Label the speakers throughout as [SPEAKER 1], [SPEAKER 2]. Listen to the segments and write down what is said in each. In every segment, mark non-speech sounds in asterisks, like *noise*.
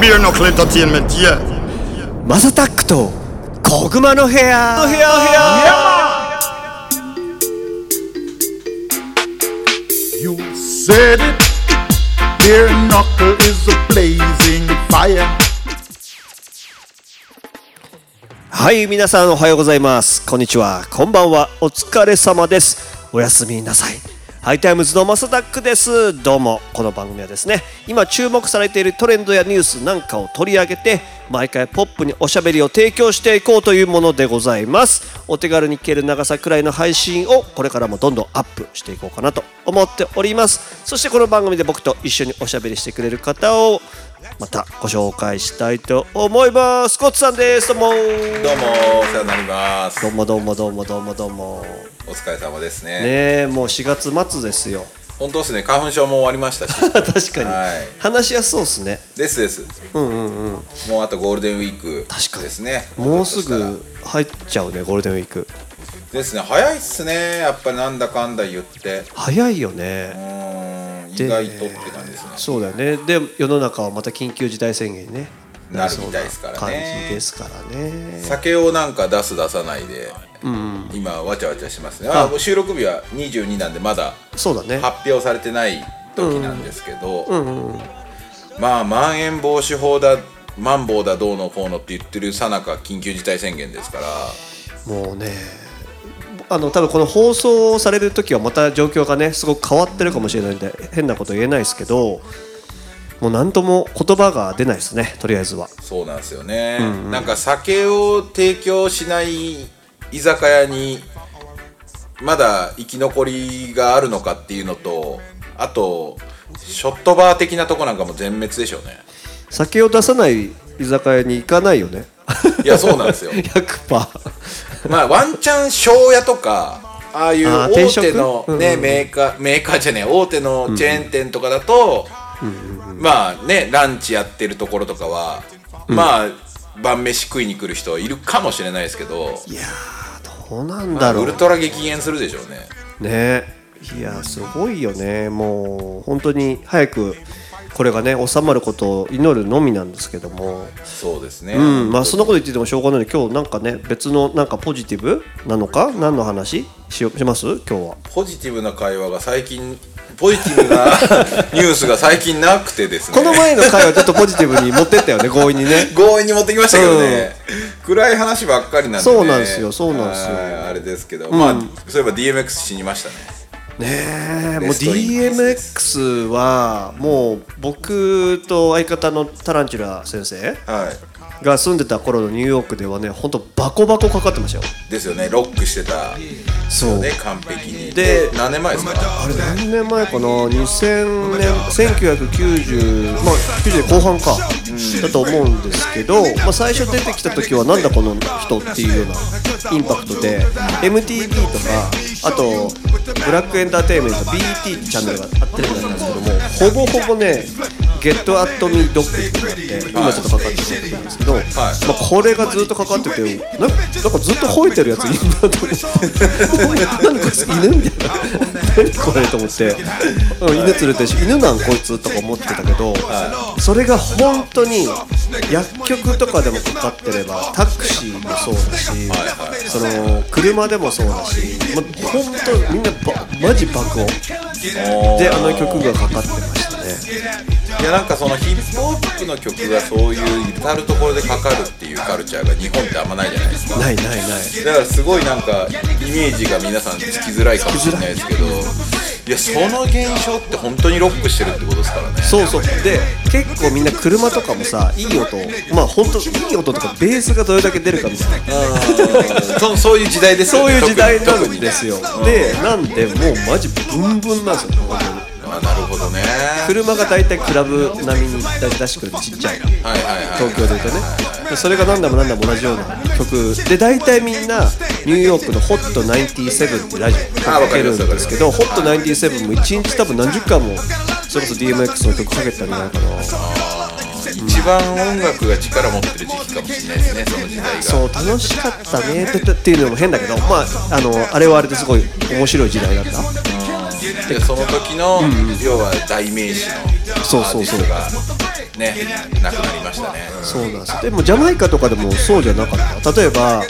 [SPEAKER 1] ビルのクレタチンメディア
[SPEAKER 2] マサタックと小熊の部屋の部屋の部屋
[SPEAKER 3] You said it. Beer knuckle is a blazing fire.
[SPEAKER 2] はい皆さんおはようございますこんにちはこんばんはお疲れ様ですおやすみなさいハイタイムズのマサタックですどうもこの番組はですね今注目されているトレンドやニュースなんかを取り上げて毎回ポップにおしゃべりを提供していこうというものでございますお手軽に聞ける長さくらいの配信をこれからもどんどんアップしていこうかなと思っておりますそしてこの番組で僕と一緒におしゃべりしてくれる方をまたご紹介したいと思いますコッツさんですどうも
[SPEAKER 4] どうもお世話になります
[SPEAKER 2] どうもどうもどうもどうもどうも
[SPEAKER 4] お疲れ様ですね
[SPEAKER 2] ねえもう4月末ですよ *laughs*
[SPEAKER 4] 本当ですね花粉症も終わりましたし
[SPEAKER 2] 確かに、
[SPEAKER 4] はい
[SPEAKER 2] 話しやすそうですね
[SPEAKER 4] ですですもうあとゴールデンウィーク
[SPEAKER 2] 確かに
[SPEAKER 4] ですね
[SPEAKER 2] もうす
[SPEAKER 4] ひょっと
[SPEAKER 2] ぐ入っちゃうねゴールデンウィーク
[SPEAKER 4] したらですね早いっすねやっぱりなんだかんだ言って
[SPEAKER 2] 早いよ
[SPEAKER 4] う
[SPEAKER 2] ね
[SPEAKER 4] ーん
[SPEAKER 2] で
[SPEAKER 4] 意外とって感じですね
[SPEAKER 2] そうだよねで世の中はまた緊急事態宣言にね
[SPEAKER 4] なるみたいですからね
[SPEAKER 2] なりそうな感じですからね
[SPEAKER 4] 酒をなんか出す出さないで今わちゃわちゃしますねあもう収録日は22なんでまだ
[SPEAKER 2] そうだね
[SPEAKER 4] 発表されてない時なんですけど、まあまん延防止法だマンボウだどうのこうのって言ってるさなか緊急事態宣言ですから
[SPEAKER 2] もうねあの多分この放送される時はまた状況がねすごく変わってるかもしれないんで変なこと言えないですけどもう何とも言葉が出ないですねとりあえずは
[SPEAKER 4] そうなんですよね、なんか酒を提供しない居酒屋にまだ生き残りがあるのかっていうのとあとショットバー的なとこなんかも全滅でしょうね
[SPEAKER 2] 酒を出さない居酒屋に行かないよね
[SPEAKER 4] いやそうなんですよ
[SPEAKER 2] *laughs* 100%パ
[SPEAKER 4] まあワンチャン庄屋とかああいう
[SPEAKER 2] あー
[SPEAKER 4] 大手の
[SPEAKER 2] 定食
[SPEAKER 4] ねメーカーメーカーじゃねえ大手のチェーン店とかだとまあねランチやってるところとかはまあ晩飯食いに来る人いるかもしれないですけど
[SPEAKER 2] いやーどうなんだろ
[SPEAKER 4] ウ
[SPEAKER 2] う
[SPEAKER 4] ルトラ激減するでしょうね
[SPEAKER 2] ねいやすごいよねもう本当に早くこれがね収まることを祈るのみなんですけども
[SPEAKER 4] そうですね
[SPEAKER 2] うんまあそんなこと言っててもしょうがないので今日なんかね別のなんかポジティブなのか何の話しよします今日は
[SPEAKER 4] ポジティブな会話が最近ポジティブな *laughs* ニュースが最近なくてですね
[SPEAKER 2] この前の回はちょっとポジティブに持ってったよね強引にね
[SPEAKER 4] *laughs* 強引に持ってきましたけどね、暗い話ばっかりなんで、ね、
[SPEAKER 2] そうなんですよそうなんですよ
[SPEAKER 4] はいあれですけど、まあそういえば DMX 死にましたね
[SPEAKER 2] ねえもう
[SPEAKER 4] レストインピースです
[SPEAKER 2] DMX はもう僕と相方のタランチュラ先生
[SPEAKER 4] はい
[SPEAKER 2] が住んでた頃のニューヨークではねほんとバコバコかかってましたよ
[SPEAKER 4] ですよねロックしてた
[SPEAKER 2] そう
[SPEAKER 4] ね完璧に
[SPEAKER 2] で
[SPEAKER 4] で何年前ですか
[SPEAKER 2] あれ何年前かな2000年1990まあ90年後半か、だと思うんですけど、まあ、最初出てきた時はなんだこの人っていうようなインパクトで MTV とかあとブラックエンターテインメント BT ってチャンネルがあってるんですけどもほぼほぼね「Get at Me Dog」っていうのがあって今ちょっとかかってるんですけど、まあ、これがずっとかかっててななんかずっと吠えてるやついるなと思って何こいつ犬みたいな何これと思ってうん犬連れてるし犬なんこいつとか思ってたけど、それが本当に薬局とかでもかかってればタクシーもそうだし、その車でもそうだし、ま、本当みんなばマジ爆音であの曲がかかってましたね
[SPEAKER 4] いやなんかそのヒップホップの曲がそういう至る所でかかるっていうカルチャーが日本ってあんまないじゃないですか
[SPEAKER 2] ないないない
[SPEAKER 4] だからすごいなんかイメージが皆さんつきづらいかもしれないですけどいやその現象って本当にロックしてるってことですからね
[SPEAKER 2] そうそうで結構みんな車とかもさいい音まあ本当いい音とかベースがどれだけ出るかみたいな
[SPEAKER 4] そそういう時代ですよ
[SPEAKER 2] そう
[SPEAKER 4] ね
[SPEAKER 2] いう時代な
[SPEAKER 4] 特
[SPEAKER 2] ん
[SPEAKER 4] に
[SPEAKER 2] ですよでなんでもうマジブンブンなんですよ本当に
[SPEAKER 4] あなるほどね
[SPEAKER 2] 車が大体クラブ並みに出してくるちっちゃい
[SPEAKER 4] はいはいはい
[SPEAKER 2] 東京でいうとねでそれが何度も何度も同じような曲で大体みんなニューヨークの HOT97 ってラジオ
[SPEAKER 4] あ
[SPEAKER 2] か
[SPEAKER 4] わか
[SPEAKER 2] け
[SPEAKER 4] り
[SPEAKER 2] る
[SPEAKER 4] ま
[SPEAKER 2] ん
[SPEAKER 4] す
[SPEAKER 2] ですけど HOT97 も1日多分何十回もそれこそ DMX の曲かけてたんじゃないかな
[SPEAKER 4] 一番音楽が力持ってる時期かもしれないですねその時代が
[SPEAKER 2] そう楽しかったねってっていうのも変だけどまああのあれはあれですごい面白い時代だった
[SPEAKER 4] でその時の、要は代名詞の
[SPEAKER 2] そうそうそう
[SPEAKER 4] アーティストがね亡くなりましたね、
[SPEAKER 2] そうなんですでもジャマイカとかでもそうじゃなかった例えば、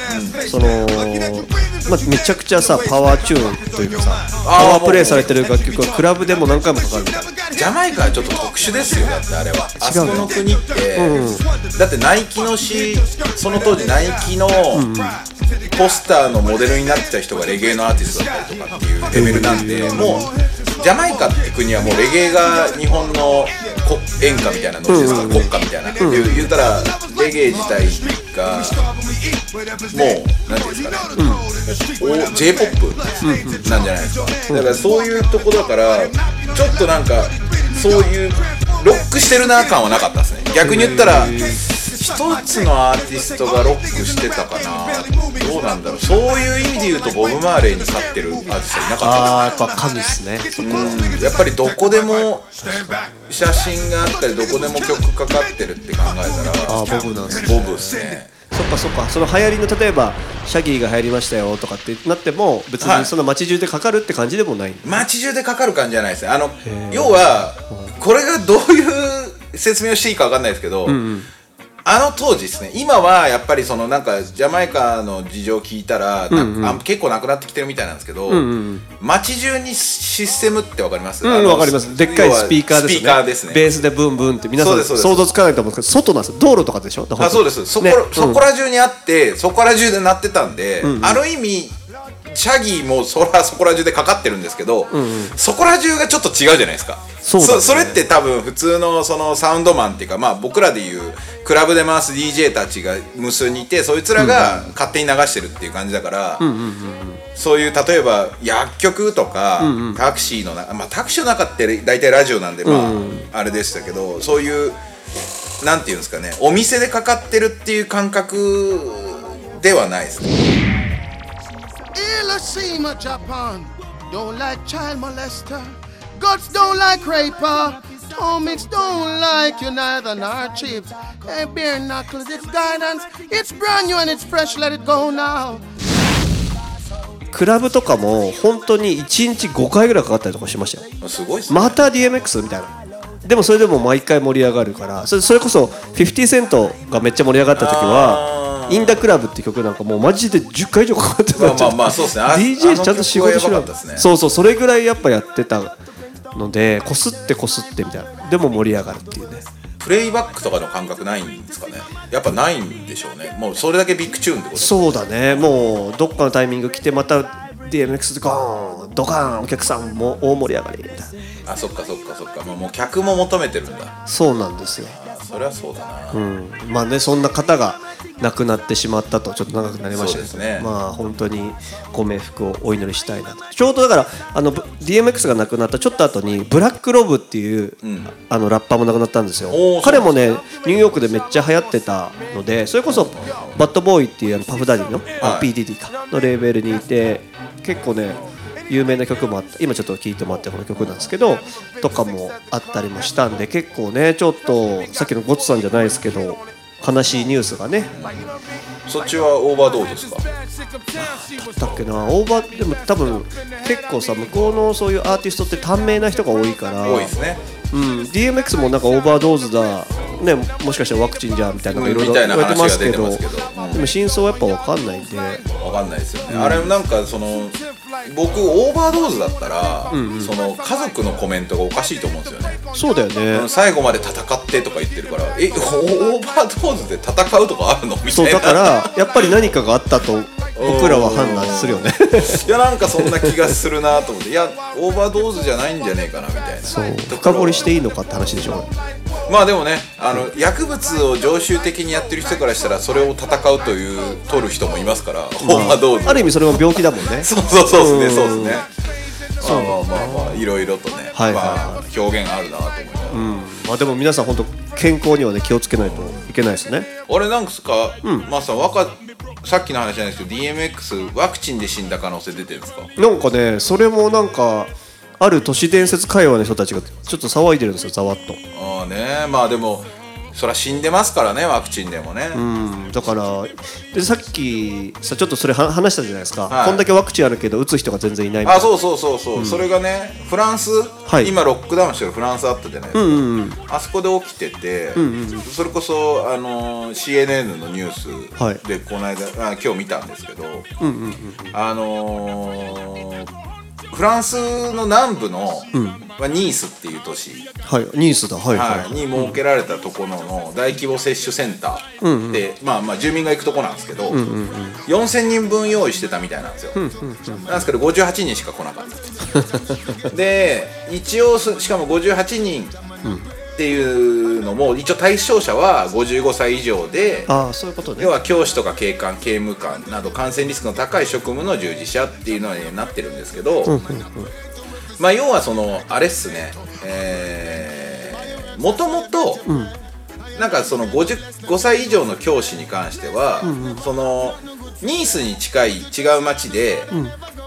[SPEAKER 2] その、まあ、めちゃくちゃさパワーチューンというかさパ
[SPEAKER 4] あー
[SPEAKER 2] ワープレイされてる楽曲はクラブでも何回もかかるみたいな
[SPEAKER 4] ジャマイカはちょっと特殊ですよだってあれはあそこの国って、
[SPEAKER 2] うん
[SPEAKER 4] だってナイキのしその当時ナイキのポスターのモデルになってた人がレゲエのアーティストだったりとかっていうレベルなんで、もうジャマイカって国はもうレゲエが日本の国演歌みたいなのですから、国歌みたいな、で言うたらレゲエ自体がもう何ていうんですかね、お J−POP なんじゃないですか、だからそういうとこだからちょっとなんかそういうロックしてるな感はなかったですね逆に言ったら一つのアーティストがロックしてたかなどうなんだろうそういう意味で言うとボブ・マーレーに勝ってるアーティストいなかっ
[SPEAKER 2] あーやっぱ神っすね
[SPEAKER 4] たですうんやっぱりどこでも写真があったりどこでも曲かかってるって考えたら
[SPEAKER 2] あーボブなんすね
[SPEAKER 4] ボブですね
[SPEAKER 2] そっかそっかその流行りの例えばシャギーが流行りましたよとかってなっても別
[SPEAKER 4] は
[SPEAKER 2] に
[SPEAKER 4] い
[SPEAKER 2] その街中でかかるって感じでもないんだ
[SPEAKER 4] 街中でかかる感じじゃないですねあの要はこれがどういう説明をしていいかわかんないですけど、あの当時ですね今はやっぱりそのなんかジャマイカの事情を聞いたら、なあ結構なくなってきてるみたいなんですけど、街中にシステムってわかります、
[SPEAKER 2] う
[SPEAKER 4] あ
[SPEAKER 2] ん、
[SPEAKER 4] の
[SPEAKER 2] わかります。でっかいスピーカーですね。
[SPEAKER 4] スピーカーですね
[SPEAKER 2] ベースでブンブンって皆さ
[SPEAKER 4] そうんですそうです
[SPEAKER 2] 想像つかないと思うんですけど、外なんですよ。道路とかでしょ
[SPEAKER 4] あそうですそこ,、
[SPEAKER 2] ね
[SPEAKER 4] そこ
[SPEAKER 2] うん
[SPEAKER 4] ら中にあってそこら中で鳴ってたんで、ある意味シャギーもそらそこら中でかかってるんですけど、そこら中がちょっと違うじゃないですか
[SPEAKER 2] そうだね
[SPEAKER 4] それって多分普通のそのサウンドマンっていうかまあ僕らでいうクラブで回す DJ たちが無数にいてそいつらが勝手に流してるっていう感じだから、そういう例えば薬局とか、タクシーの中、まあ、タクシーの中って大体ラジオなんで、まああれでしたけどそういうなんていうんですかねお店でかかってるっていう感覚ではないですね
[SPEAKER 1] Hiroshima, Japan. Don't like child molester. Guts don't like raper. Tomics don't like you neither nor chips. Hey, bare knuckles, it's guidance. It's brand new and it's fresh. Let it go now.
[SPEAKER 2] クラブとかも本当に1日5回ぐらいかかったりとかしましたよ。
[SPEAKER 4] すごいですね、
[SPEAKER 2] また DMX みたいな。でもそれでも毎回盛り上がるからそれそれこそ50セントがめっちゃ盛り上がった時は「インダクラブ」って曲なんかもうマジで10回以上かかってたんじゃない
[SPEAKER 4] まあまあまあそうですねあ
[SPEAKER 2] DJ ちゃんと仕事し
[SPEAKER 4] あの曲はやば
[SPEAKER 2] ろ
[SPEAKER 4] かったですね
[SPEAKER 2] そうそうそれぐらいやっぱやってたのでこすってこすってみたいなでも盛り上がるっていうね
[SPEAKER 4] プレイバックとかの感覚ないんですかねやっぱないんでしょうねもうそれだけビッグチューンってこと
[SPEAKER 2] そうだねもうどっかのタイミング来てまた DMX でゴーンドカーンお客さんも大盛り上がりみたいな
[SPEAKER 4] あそっかそっかそっか、まあ、もう客も求めてるんだ
[SPEAKER 2] そうなんですよ、
[SPEAKER 4] あそりゃそうだな、
[SPEAKER 2] うん、まあねそんな方が亡くなってしまったとちょっと長くなりましたけ
[SPEAKER 4] そ
[SPEAKER 2] ど、
[SPEAKER 4] うですね
[SPEAKER 2] まあ本当にご冥福をお祈りしたいなとちょうどだからあのぶ DMX が亡くなったちょっと後にブラックロブっていう、
[SPEAKER 4] ん
[SPEAKER 2] あのラッパーも亡くなったんですよ
[SPEAKER 4] おー
[SPEAKER 2] 彼もねニューヨークでめっちゃ流行ってたのでそれこそバッドボーイっていうあのパフダディの、あ
[SPEAKER 4] はい
[SPEAKER 2] PDD かのレーベルにいて結構ね有名な曲もあった今ちょっと聴いてもらってるこの曲なんですけどとかもあったりもしたんで結構ねちょっとさっきのゴッツさんじゃないですけど悲しいニュースがね
[SPEAKER 4] そっちはオーバードーズですか
[SPEAKER 2] だっけなオーバーでも多分結構さ向こうのそういうアーティストって短命な人が多いから
[SPEAKER 4] 多いですね
[SPEAKER 2] うん、DMX もなんかオーバードーズだ、ね、もしかしたらワクチンじゃみたいなのがいろいろ
[SPEAKER 4] みたいな
[SPEAKER 2] 言われてま
[SPEAKER 4] 話
[SPEAKER 2] す
[SPEAKER 4] が
[SPEAKER 2] け
[SPEAKER 4] 出て
[SPEAKER 2] ど
[SPEAKER 4] ますけどうん
[SPEAKER 2] でも真相はやっぱ分かんないんで
[SPEAKER 4] わかんないですよね、あれなんかその僕オーバードーズだったら、その家族のコメントがおかしいと思うんですよね
[SPEAKER 2] そうだよね
[SPEAKER 4] 最後まで戦ってとか言ってるからえおオーバードーズで戦うとかあるのみた
[SPEAKER 2] そう
[SPEAKER 4] いな
[SPEAKER 2] だからやっぱり何かがあったと僕らは判断するよね
[SPEAKER 4] *laughs* いやなんかそんな気がするなと思っていやオーバードーズじゃないんじゃねえかなみたいな
[SPEAKER 2] そう深掘りしていいのかって話でしょ
[SPEAKER 4] まあでもねあの薬物を常習的にやってる人からしたらそれを戦うという取る人もいますから、オーバードーズ
[SPEAKER 2] ある意味それも病気だもんね
[SPEAKER 4] そうそうそうですね、
[SPEAKER 2] う
[SPEAKER 4] そ
[SPEAKER 2] ん
[SPEAKER 4] うですね。まあまあまあまあ、いろいろとね、
[SPEAKER 2] はいはい
[SPEAKER 4] まあ表現あるなと思いながら。
[SPEAKER 2] まあでも皆さん本当健康にはね気をつけないといけないですね
[SPEAKER 4] 俺なんかさ、まあさ、若、さっきの話じゃないですけど、DMX ワクチンで死んだ可能性出てるんですか。
[SPEAKER 2] なんかねそれもなんかある都市伝説会話の人たちがちょっと騒いでるんですよざわっと
[SPEAKER 4] ああね、まあでも。そりゃ死んでますからねワクチンでもね、
[SPEAKER 2] うん、だからでさっきさちょっとそれは話したじゃないですか、
[SPEAKER 4] はい
[SPEAKER 2] こんだけワクチンあるけど打つ人が全然いないみたい
[SPEAKER 4] あ
[SPEAKER 2] な
[SPEAKER 4] そうそうそうそう、それがねフランス、
[SPEAKER 2] い
[SPEAKER 4] 今ロックダウンしてるフランスあったじゃないですか、あそこで起きてて、それこそ、あのー CNN のニュ
[SPEAKER 2] はい
[SPEAKER 4] ースでこの間、あ今日見たんですけど、あのーフランスの南部の、まあ、ニースっていう都市、
[SPEAKER 2] はいニースだはいはい、
[SPEAKER 4] はい、に設けられたところの大規模接種センターで、まあまあ住民が行くとこなんですけど、4000人分用意してたみたいなんですよ、なんですけど58人しか来なか *laughs* ったで一応すしかも58人っていうのも一応対象者は55歳以上で
[SPEAKER 2] ああそういうことね
[SPEAKER 4] 要は教師とか警官刑務官など感染リスクの高い職務の従事者っていうのになってるんですけど、まあ要はそのあれっすねえー、もともと、なんかその50 5歳以上の教師に関しては、そのニースに近い違う町で、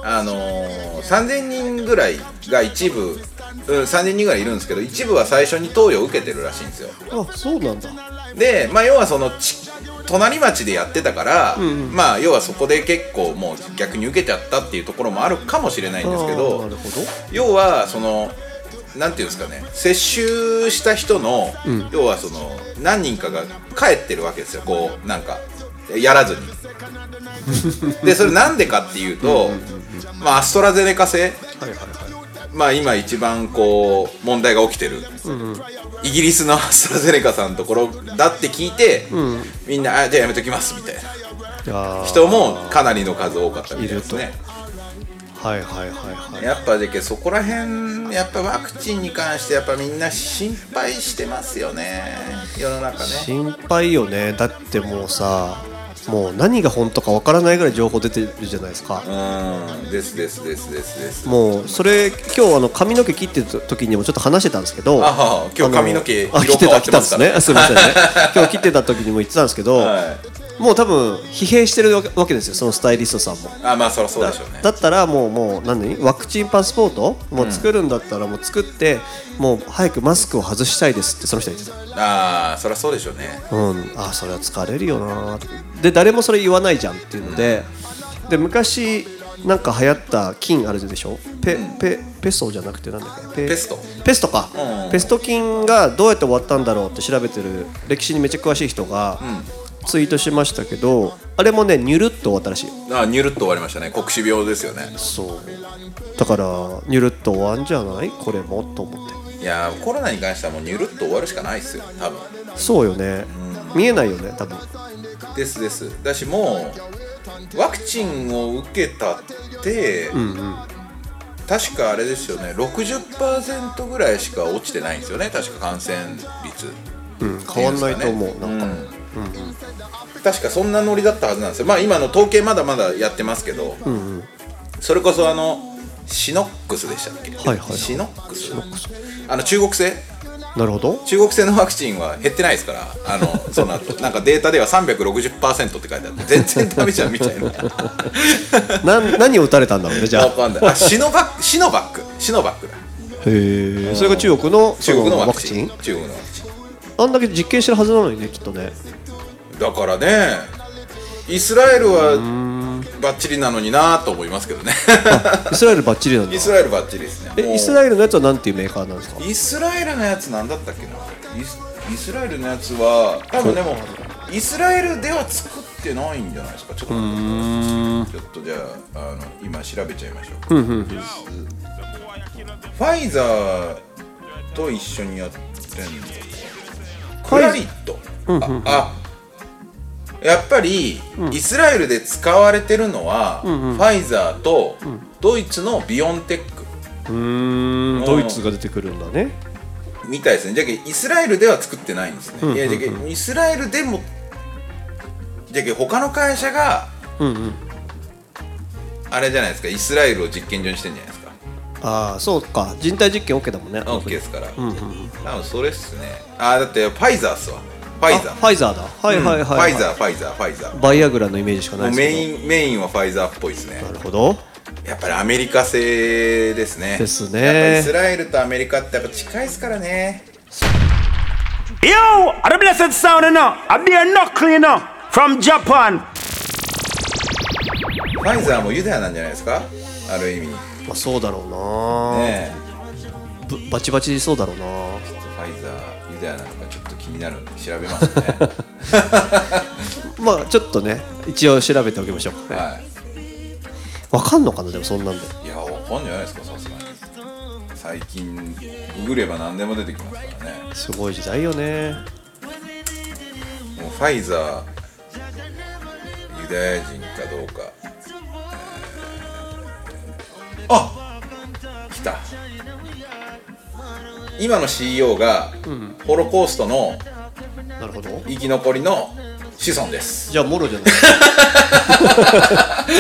[SPEAKER 4] あのー3000人ぐらいが一部、うん、3000人ぐらいいるんですけど一部は最初に投与を受けてるらしいんですよ。
[SPEAKER 2] あそうなんだ
[SPEAKER 4] で、まあ、要はそのち隣町でやってたから、まあ要はそこで結構もう逆に受けちゃったっていうところもあるかもしれないんですけ
[SPEAKER 2] あーな
[SPEAKER 4] ど
[SPEAKER 2] るほど
[SPEAKER 4] 要はそのなんていうんですかね接種した人の、要はその何人かが帰ってるわけですよこうなんかやらずに。 *laughs* でそれなんでかっていうと、まあ、アストラゼネカ製、まあ、今一番こう問題が起きてる、イギリスのアストラゼネカさんのところだって聞いて、みんなあじゃあやめときますみたいな
[SPEAKER 2] あー
[SPEAKER 4] 人もかなりの数多かったみたいです
[SPEAKER 2] いる
[SPEAKER 4] ね。
[SPEAKER 2] はいはいはいはい
[SPEAKER 4] やっぱじゃけそこら辺やっぱワクチンに関してやっぱみんな心配してますよね世の中ね
[SPEAKER 2] 心配よねだってもうさもう何が本当かわからないぐらい情報出てるじゃないですか、
[SPEAKER 4] うんですですですですです
[SPEAKER 2] もうそれ今日あの髪の毛切ってた時にもちょっと話してたんですけど
[SPEAKER 4] あは今日髪の毛
[SPEAKER 2] あのあ
[SPEAKER 4] 色
[SPEAKER 2] 切って
[SPEAKER 4] 変
[SPEAKER 2] た
[SPEAKER 4] わっ
[SPEAKER 2] 切
[SPEAKER 4] て
[SPEAKER 2] ってた
[SPEAKER 4] ま
[SPEAKER 2] んですす
[SPEAKER 4] か
[SPEAKER 2] ねあすみま
[SPEAKER 4] ら *laughs*
[SPEAKER 2] せんね今日切ってた時にも言ってたんですけど、
[SPEAKER 4] は
[SPEAKER 2] もう多分疲弊してるわけですよそのスタイリストさんも
[SPEAKER 4] あまあそりゃそうでしょうね
[SPEAKER 2] だったらもうもう何ワクチンパスポートもう作るんだったらもう作って、もう早くマスクを外したいですってその人は言って
[SPEAKER 4] ああそりゃそうでしょうね
[SPEAKER 2] た、うん、あそれは疲れるよなとで誰もそれ言わないじゃんっていうのでで昔なんか流行った菌あるでしょペ,、ペペソじゃなくてなんだっけペ
[SPEAKER 4] ペスト
[SPEAKER 2] ペストか、
[SPEAKER 4] うん
[SPEAKER 2] ペスト菌がどうやって終わったんだろうって調べてる歴史にめっちゃ詳しい人がツイートしましたけど、あれもねニュルっと終わったらしい
[SPEAKER 4] あーニュルっと終わりましたね黒死病ですよね
[SPEAKER 2] そうだからニュルっと終わんじゃないこれもと思って
[SPEAKER 4] いやーコロナに関してはもうニュルっと終わるしかないっすよ多分
[SPEAKER 2] そうよね、見えないよね多分
[SPEAKER 4] ですですだしもうワクチンを受けたって、確かあれですよね60%ぐらいしか落ちてないんですよね確か感染率
[SPEAKER 2] うん変わんないと思うなんか、
[SPEAKER 4] 確かそんなノリだったはずなんですよまあ今の統計まだまだやってますけど、それこそあのシノックスでしたっけ、
[SPEAKER 2] はいはい
[SPEAKER 4] シノックスあの中国製
[SPEAKER 2] なるほど
[SPEAKER 4] 中国製のワクチンは減ってないですからあの *laughs* そうなんなんかデータでは360%って書いてあって全然ダメじゃんみたい
[SPEAKER 2] な
[SPEAKER 4] な
[SPEAKER 2] ん何を打たれたんだろうねじゃあ
[SPEAKER 4] わかんないあシノバックシノバックシノバックだ
[SPEAKER 2] へえそれが中国の
[SPEAKER 4] 中国の
[SPEAKER 2] そ
[SPEAKER 4] ワクチン
[SPEAKER 2] ワ
[SPEAKER 4] 中国のワクチ
[SPEAKER 2] あんだけ実験してるはずなのにねきっとね
[SPEAKER 4] ンだからねイスラエルはバッチリなのになと思いますけどね *laughs*
[SPEAKER 2] イスラエルバッチリなんだ
[SPEAKER 4] イスラエルバッチリですねもう
[SPEAKER 2] えイスラエルのやつはなんていうメーカーなんですか
[SPEAKER 4] イスラエルのやつなんだったっけなイスイスラエルのやつは多分でもイスラエルでは作ってないんじゃないですかちょっと待ってくださいちょっとじゃああの今調べちゃいましょうかファイザーと一緒にやってんのクラリットああやっぱりイスラエルで使われてるのはファイザーとドイツのビオンテック
[SPEAKER 2] うーんドイツが出てくるんだね
[SPEAKER 4] みたいですねじゃけイスラエルでは作ってないんですね、いやじゃけイスラエルでもじゃけ他の会社が、あれじゃないですかイスラエルを実験場にしてんじゃないですか
[SPEAKER 2] ああそうか人体実験 OK だもんね
[SPEAKER 4] OK ですから、多分それっすねあーだってファイザーっすわファイザー
[SPEAKER 2] あファイザーだはいはいはい、はい
[SPEAKER 4] ファイザーファイザーファイザー
[SPEAKER 2] バイアグラのイメージしかな
[SPEAKER 4] も
[SPEAKER 2] いうです
[SPEAKER 4] メ
[SPEAKER 2] け
[SPEAKER 4] インメインはファイザーっぽいですね
[SPEAKER 2] どなるほど
[SPEAKER 4] やっぱりアメリカ製ですね
[SPEAKER 2] ですね
[SPEAKER 4] やっぱイスラエルとアメリカってやっぱ近いですからね
[SPEAKER 5] Yo, are the blessed sound enough? A beer knuckle enough from Japan.
[SPEAKER 4] ファイザーもユダヤなんじゃないですかある意味ね
[SPEAKER 2] まあ、そうだろうな、
[SPEAKER 4] え
[SPEAKER 2] ぶバチバチそうだろうな
[SPEAKER 4] ファイザーユダヤなのかちょっと気になるんで調べます
[SPEAKER 2] *laughs*
[SPEAKER 4] ね
[SPEAKER 2] まあちょっとね一応調べておきましょうわ、
[SPEAKER 4] は
[SPEAKER 2] かんのかなでもそんなんで
[SPEAKER 4] いいやわかんじゃないですかさすがに最近ググれば何でも出てきますからね
[SPEAKER 2] すごい時代よね
[SPEAKER 4] もうファイザーユダヤ人かどうか、えーあ来た今の CEO がホロコーストの
[SPEAKER 2] なるほど
[SPEAKER 4] 生き残りの子孫です
[SPEAKER 2] じゃあもろじゃな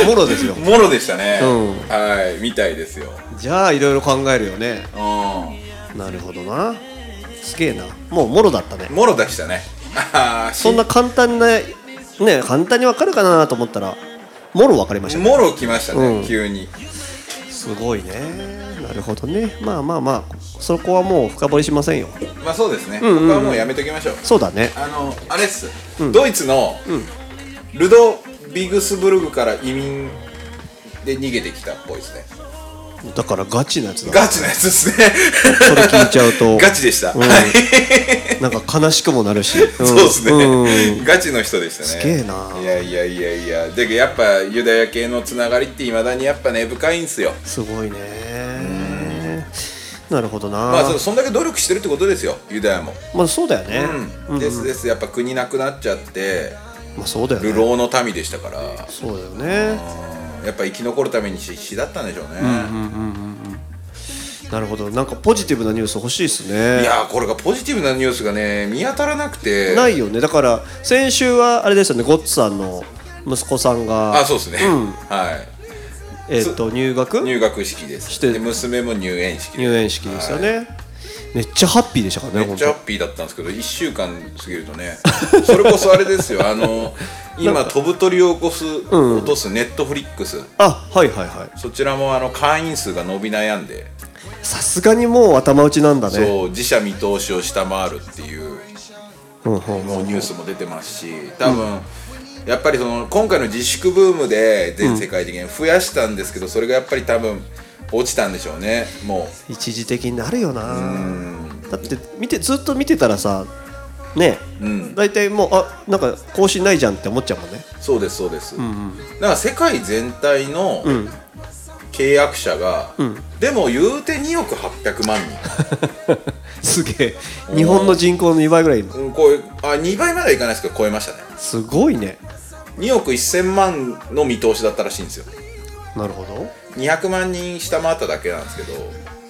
[SPEAKER 2] い
[SPEAKER 4] *laughs*
[SPEAKER 2] もろですよ
[SPEAKER 4] もろでしたね、
[SPEAKER 2] うん
[SPEAKER 4] はいみたいですよ
[SPEAKER 2] じゃあいろいろ考えるよね
[SPEAKER 4] う
[SPEAKER 2] なるほどなすげえなもうもろだったね
[SPEAKER 4] んもろでしたねああ
[SPEAKER 2] そんな簡単なね簡単にわかるかなと思ったらもろわかりましたね
[SPEAKER 4] もろ来ましたね、
[SPEAKER 2] うん
[SPEAKER 4] 急に
[SPEAKER 2] すごいねなるほどねまあまあまあそこはもう深掘りしませんよ
[SPEAKER 4] まあそうですね、
[SPEAKER 2] んうんうん
[SPEAKER 4] ここはもうやめときましょう
[SPEAKER 2] そうだね
[SPEAKER 4] あのあれっす、ドイツの、ルドビグスブルグから移民で逃げてきたっぽいですね
[SPEAKER 2] だからガチなやつだ
[SPEAKER 4] ガチのやつですね
[SPEAKER 2] それ聞いちゃうと
[SPEAKER 4] *laughs* ガチでした、
[SPEAKER 2] うん
[SPEAKER 4] はい
[SPEAKER 2] なんか悲しくもなるし、ん
[SPEAKER 4] *laughs* そうですね、
[SPEAKER 2] うん
[SPEAKER 4] ガチの人でしたね
[SPEAKER 2] すげえない
[SPEAKER 4] やいやいやいやでやっぱユダヤ系のつながりっていまだにやっぱ根深いんすよ
[SPEAKER 2] すごいねなるほどな
[SPEAKER 4] まあそそんだけ努力してるってことですよユダヤも、
[SPEAKER 2] まあそうだよね
[SPEAKER 4] うん、ですですやっぱ国なくなっちゃって
[SPEAKER 2] まあそうだよね
[SPEAKER 4] 流浪の民でしたから、
[SPEAKER 2] そうだよね
[SPEAKER 4] やっぱ生き残るために必死だったんでしょうね、
[SPEAKER 2] なるほどなんかポジティブなニュース欲しいですね
[SPEAKER 4] いやーこれがポジティブなニュースがね見当たらなくて
[SPEAKER 2] ないよねだから先週はあれですよねゴッツさんの息子さんが
[SPEAKER 4] あそうですね、
[SPEAKER 2] ん
[SPEAKER 4] は
[SPEAKER 2] えっと入学
[SPEAKER 4] い
[SPEAKER 2] 入
[SPEAKER 4] 入学式です
[SPEAKER 2] して
[SPEAKER 4] で娘も入園式です
[SPEAKER 2] 園式ですよねめっちゃハッピーでしたからね
[SPEAKER 4] めっ
[SPEAKER 2] 本
[SPEAKER 4] ちゃハ
[SPEAKER 2] 当
[SPEAKER 4] ッピーだったんですけど1週間過ぎるとねそれこそあれですよあの *laughs* 今飛ぶ鳥を起こす、落とすネットフリックス
[SPEAKER 2] あはいはいはい
[SPEAKER 4] そちらもあの会員数が伸び悩んで、
[SPEAKER 2] さすがにもう頭打ちなんだね
[SPEAKER 4] そう自社見通しを下回るっていう
[SPEAKER 2] うんうん
[SPEAKER 4] もうニュースも出てますし多分、やっぱりその今回の自粛ブームで全世界的に増やしたんですけど、それがやっぱり多分落ちたんでしょうねも
[SPEAKER 2] 一時的になるよなだって見てずっと見てたらさね
[SPEAKER 4] うん
[SPEAKER 2] 大体もうあなんか更新ないじゃんって思っちゃうもん
[SPEAKER 4] *laughs*
[SPEAKER 2] ね
[SPEAKER 4] うそうですそうです、だから世界全体の契約者が、でも言うて2億800万
[SPEAKER 2] すげえ日本の人口の2倍ぐらいいるの
[SPEAKER 4] 人、うんこういうあ2倍まではいかないですけど超えましたね
[SPEAKER 2] すごいね
[SPEAKER 4] 2億1000万の見通しだったらしいんですよ
[SPEAKER 2] なるほど
[SPEAKER 4] 200万人下回っただけなんですけど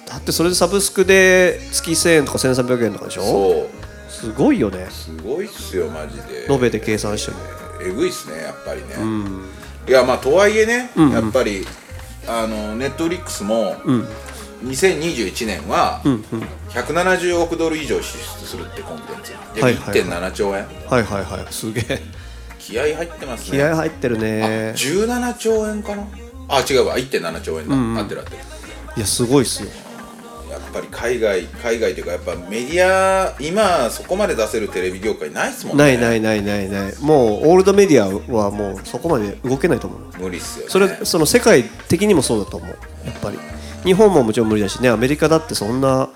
[SPEAKER 2] だってそれでサブスクで月1000円とか1300円とかでしょ
[SPEAKER 4] そう
[SPEAKER 2] すごいよね
[SPEAKER 4] すごいっすよマジで
[SPEAKER 2] 延べで計算しても
[SPEAKER 4] えぐいっすねやっぱりね、いやまあとはいえね、
[SPEAKER 2] んうん
[SPEAKER 4] やっぱりあのネットフリックスも
[SPEAKER 2] うん
[SPEAKER 4] 2021年は
[SPEAKER 2] うんうん
[SPEAKER 4] 170億ドル以上支出するってコンテンツで
[SPEAKER 2] はいはい
[SPEAKER 4] 1.7兆円、
[SPEAKER 2] はいはいはいすげえ
[SPEAKER 4] 気合入ってますね
[SPEAKER 2] 気合入ってるね
[SPEAKER 4] 17兆円かなあ違うわ1.7兆円だ、
[SPEAKER 2] うんうん
[SPEAKER 4] 合ってる合ってる
[SPEAKER 2] いやすごいっすよ
[SPEAKER 4] やっぱり海外海外というかやっぱメディア今そこまで出せるテレビ業界ないっすもんね
[SPEAKER 2] ないないないないないもうオールドメディアはもうそこまで動けないと思う
[SPEAKER 4] 無理っすよね
[SPEAKER 2] それその世界的にもそうだと思うやっぱり日本ももちろん無理だしねアメリカだってそんな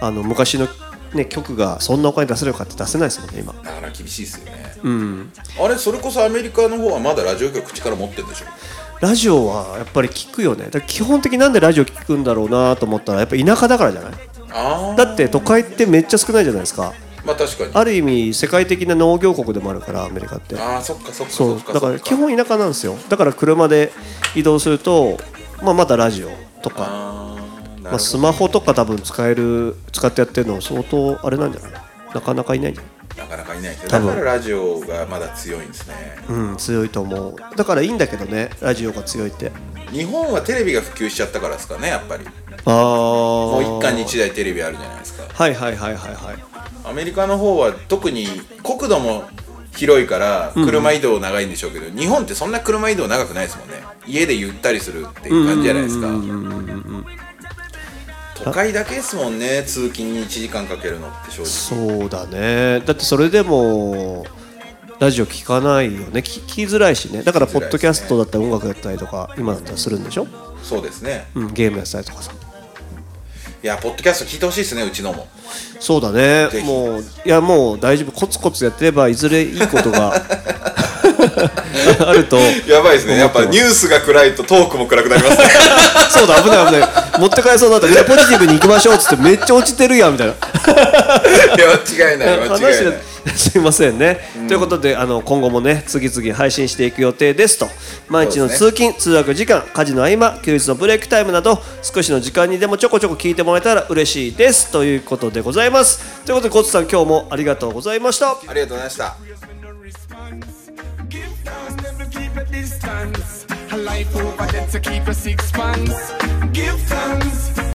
[SPEAKER 2] あの昔の、ね、局がそんなお金出せるかって出せないですもんね今
[SPEAKER 4] だから厳しいっすよね、
[SPEAKER 2] うん
[SPEAKER 4] あれそれこそアメリカの方はまだラジオ局力持ってるんでしょ
[SPEAKER 2] ラジオはやっぱり聞くよねだから基本的になんでラジオ聞くんだろうなと思ったらやっぱ田舎だからじゃない
[SPEAKER 4] ああ
[SPEAKER 2] だって都会ってめっちゃ少ないじゃないですか
[SPEAKER 4] まあ確かに
[SPEAKER 2] ある意味世界的な農業国でもあるからアメリカって
[SPEAKER 4] ああそっかそっか
[SPEAKER 2] そ
[SPEAKER 4] そうっか
[SPEAKER 2] だ
[SPEAKER 4] そ
[SPEAKER 2] か
[SPEAKER 4] っ
[SPEAKER 2] ら基本田舎なんですよだから車で移動すると、まあ、またラジオとか
[SPEAKER 4] あ
[SPEAKER 2] ま
[SPEAKER 4] ーなる
[SPEAKER 2] あ、
[SPEAKER 4] ほ
[SPEAKER 2] スマホとか多分使える使ってやってるの相当あれなんじゃないなかなかいないんじゃない
[SPEAKER 4] どなかなかいないけど
[SPEAKER 2] 多
[SPEAKER 4] だ
[SPEAKER 2] 分
[SPEAKER 4] からラジオがまだ強いんですね
[SPEAKER 2] うん強いと思うだからいいんだけどねラジオが強いって
[SPEAKER 4] 日本はテレビが普及しちゃったからですかねやっぱり
[SPEAKER 2] ああ
[SPEAKER 4] も
[SPEAKER 2] も
[SPEAKER 4] う一家に一台テレビあるじゃないですか
[SPEAKER 2] はいはいはいはいはい
[SPEAKER 4] アメリカの方は特に国土も広いから車移動長いんでしょうけど、日本ってそんな車移動長くないですもんね家でゆったりするっていう感じじゃないですか、
[SPEAKER 2] うんうんうん
[SPEAKER 4] 都
[SPEAKER 2] た
[SPEAKER 4] 5回だけですもんね通勤に1時間かけるのって正直
[SPEAKER 2] そうだねだってそれでもラジオ聞かないよね聞聞きづらいしねだから
[SPEAKER 4] 聞きづ
[SPEAKER 2] ポッ
[SPEAKER 4] らいですね
[SPEAKER 2] ドキャストだったり音楽だったりとか今だったらするんでしょ、
[SPEAKER 4] そうですね
[SPEAKER 2] うん、ゲームやったりとかさ
[SPEAKER 4] いやポッドキャスト聞いてほしいですねうちのも
[SPEAKER 2] そうだね
[SPEAKER 4] ぜひ
[SPEAKER 2] もういやもう大丈夫コツコツやってればいずれいいこと
[SPEAKER 4] *laughs*
[SPEAKER 2] があると
[SPEAKER 4] やばいですねやっぱニュースが暗いとトークも暗くなりますね *laughs*
[SPEAKER 2] そうだ危ない危ない持って帰そうだったみんなポジティブに行きましょうっつってめっちゃ落ちてるやんみたいない
[SPEAKER 4] や間違いない間違
[SPEAKER 2] 話
[SPEAKER 4] い
[SPEAKER 2] が *laughs*
[SPEAKER 4] ない
[SPEAKER 2] すいませんね、ということであの今後もね次々配信していく予定ですと毎日の
[SPEAKER 4] そ
[SPEAKER 2] 通勤、通学時間家事の合間休日のブレイクタイムなど少しの時間にでもちょこちょこ聞いてもらえたら嬉しいですということでございますということでコツさん今日もありがとうございました
[SPEAKER 4] ありがとうございました
[SPEAKER 6] Give thanks, never keep a distance. A life over debt to keep a sixpence. Give thanks.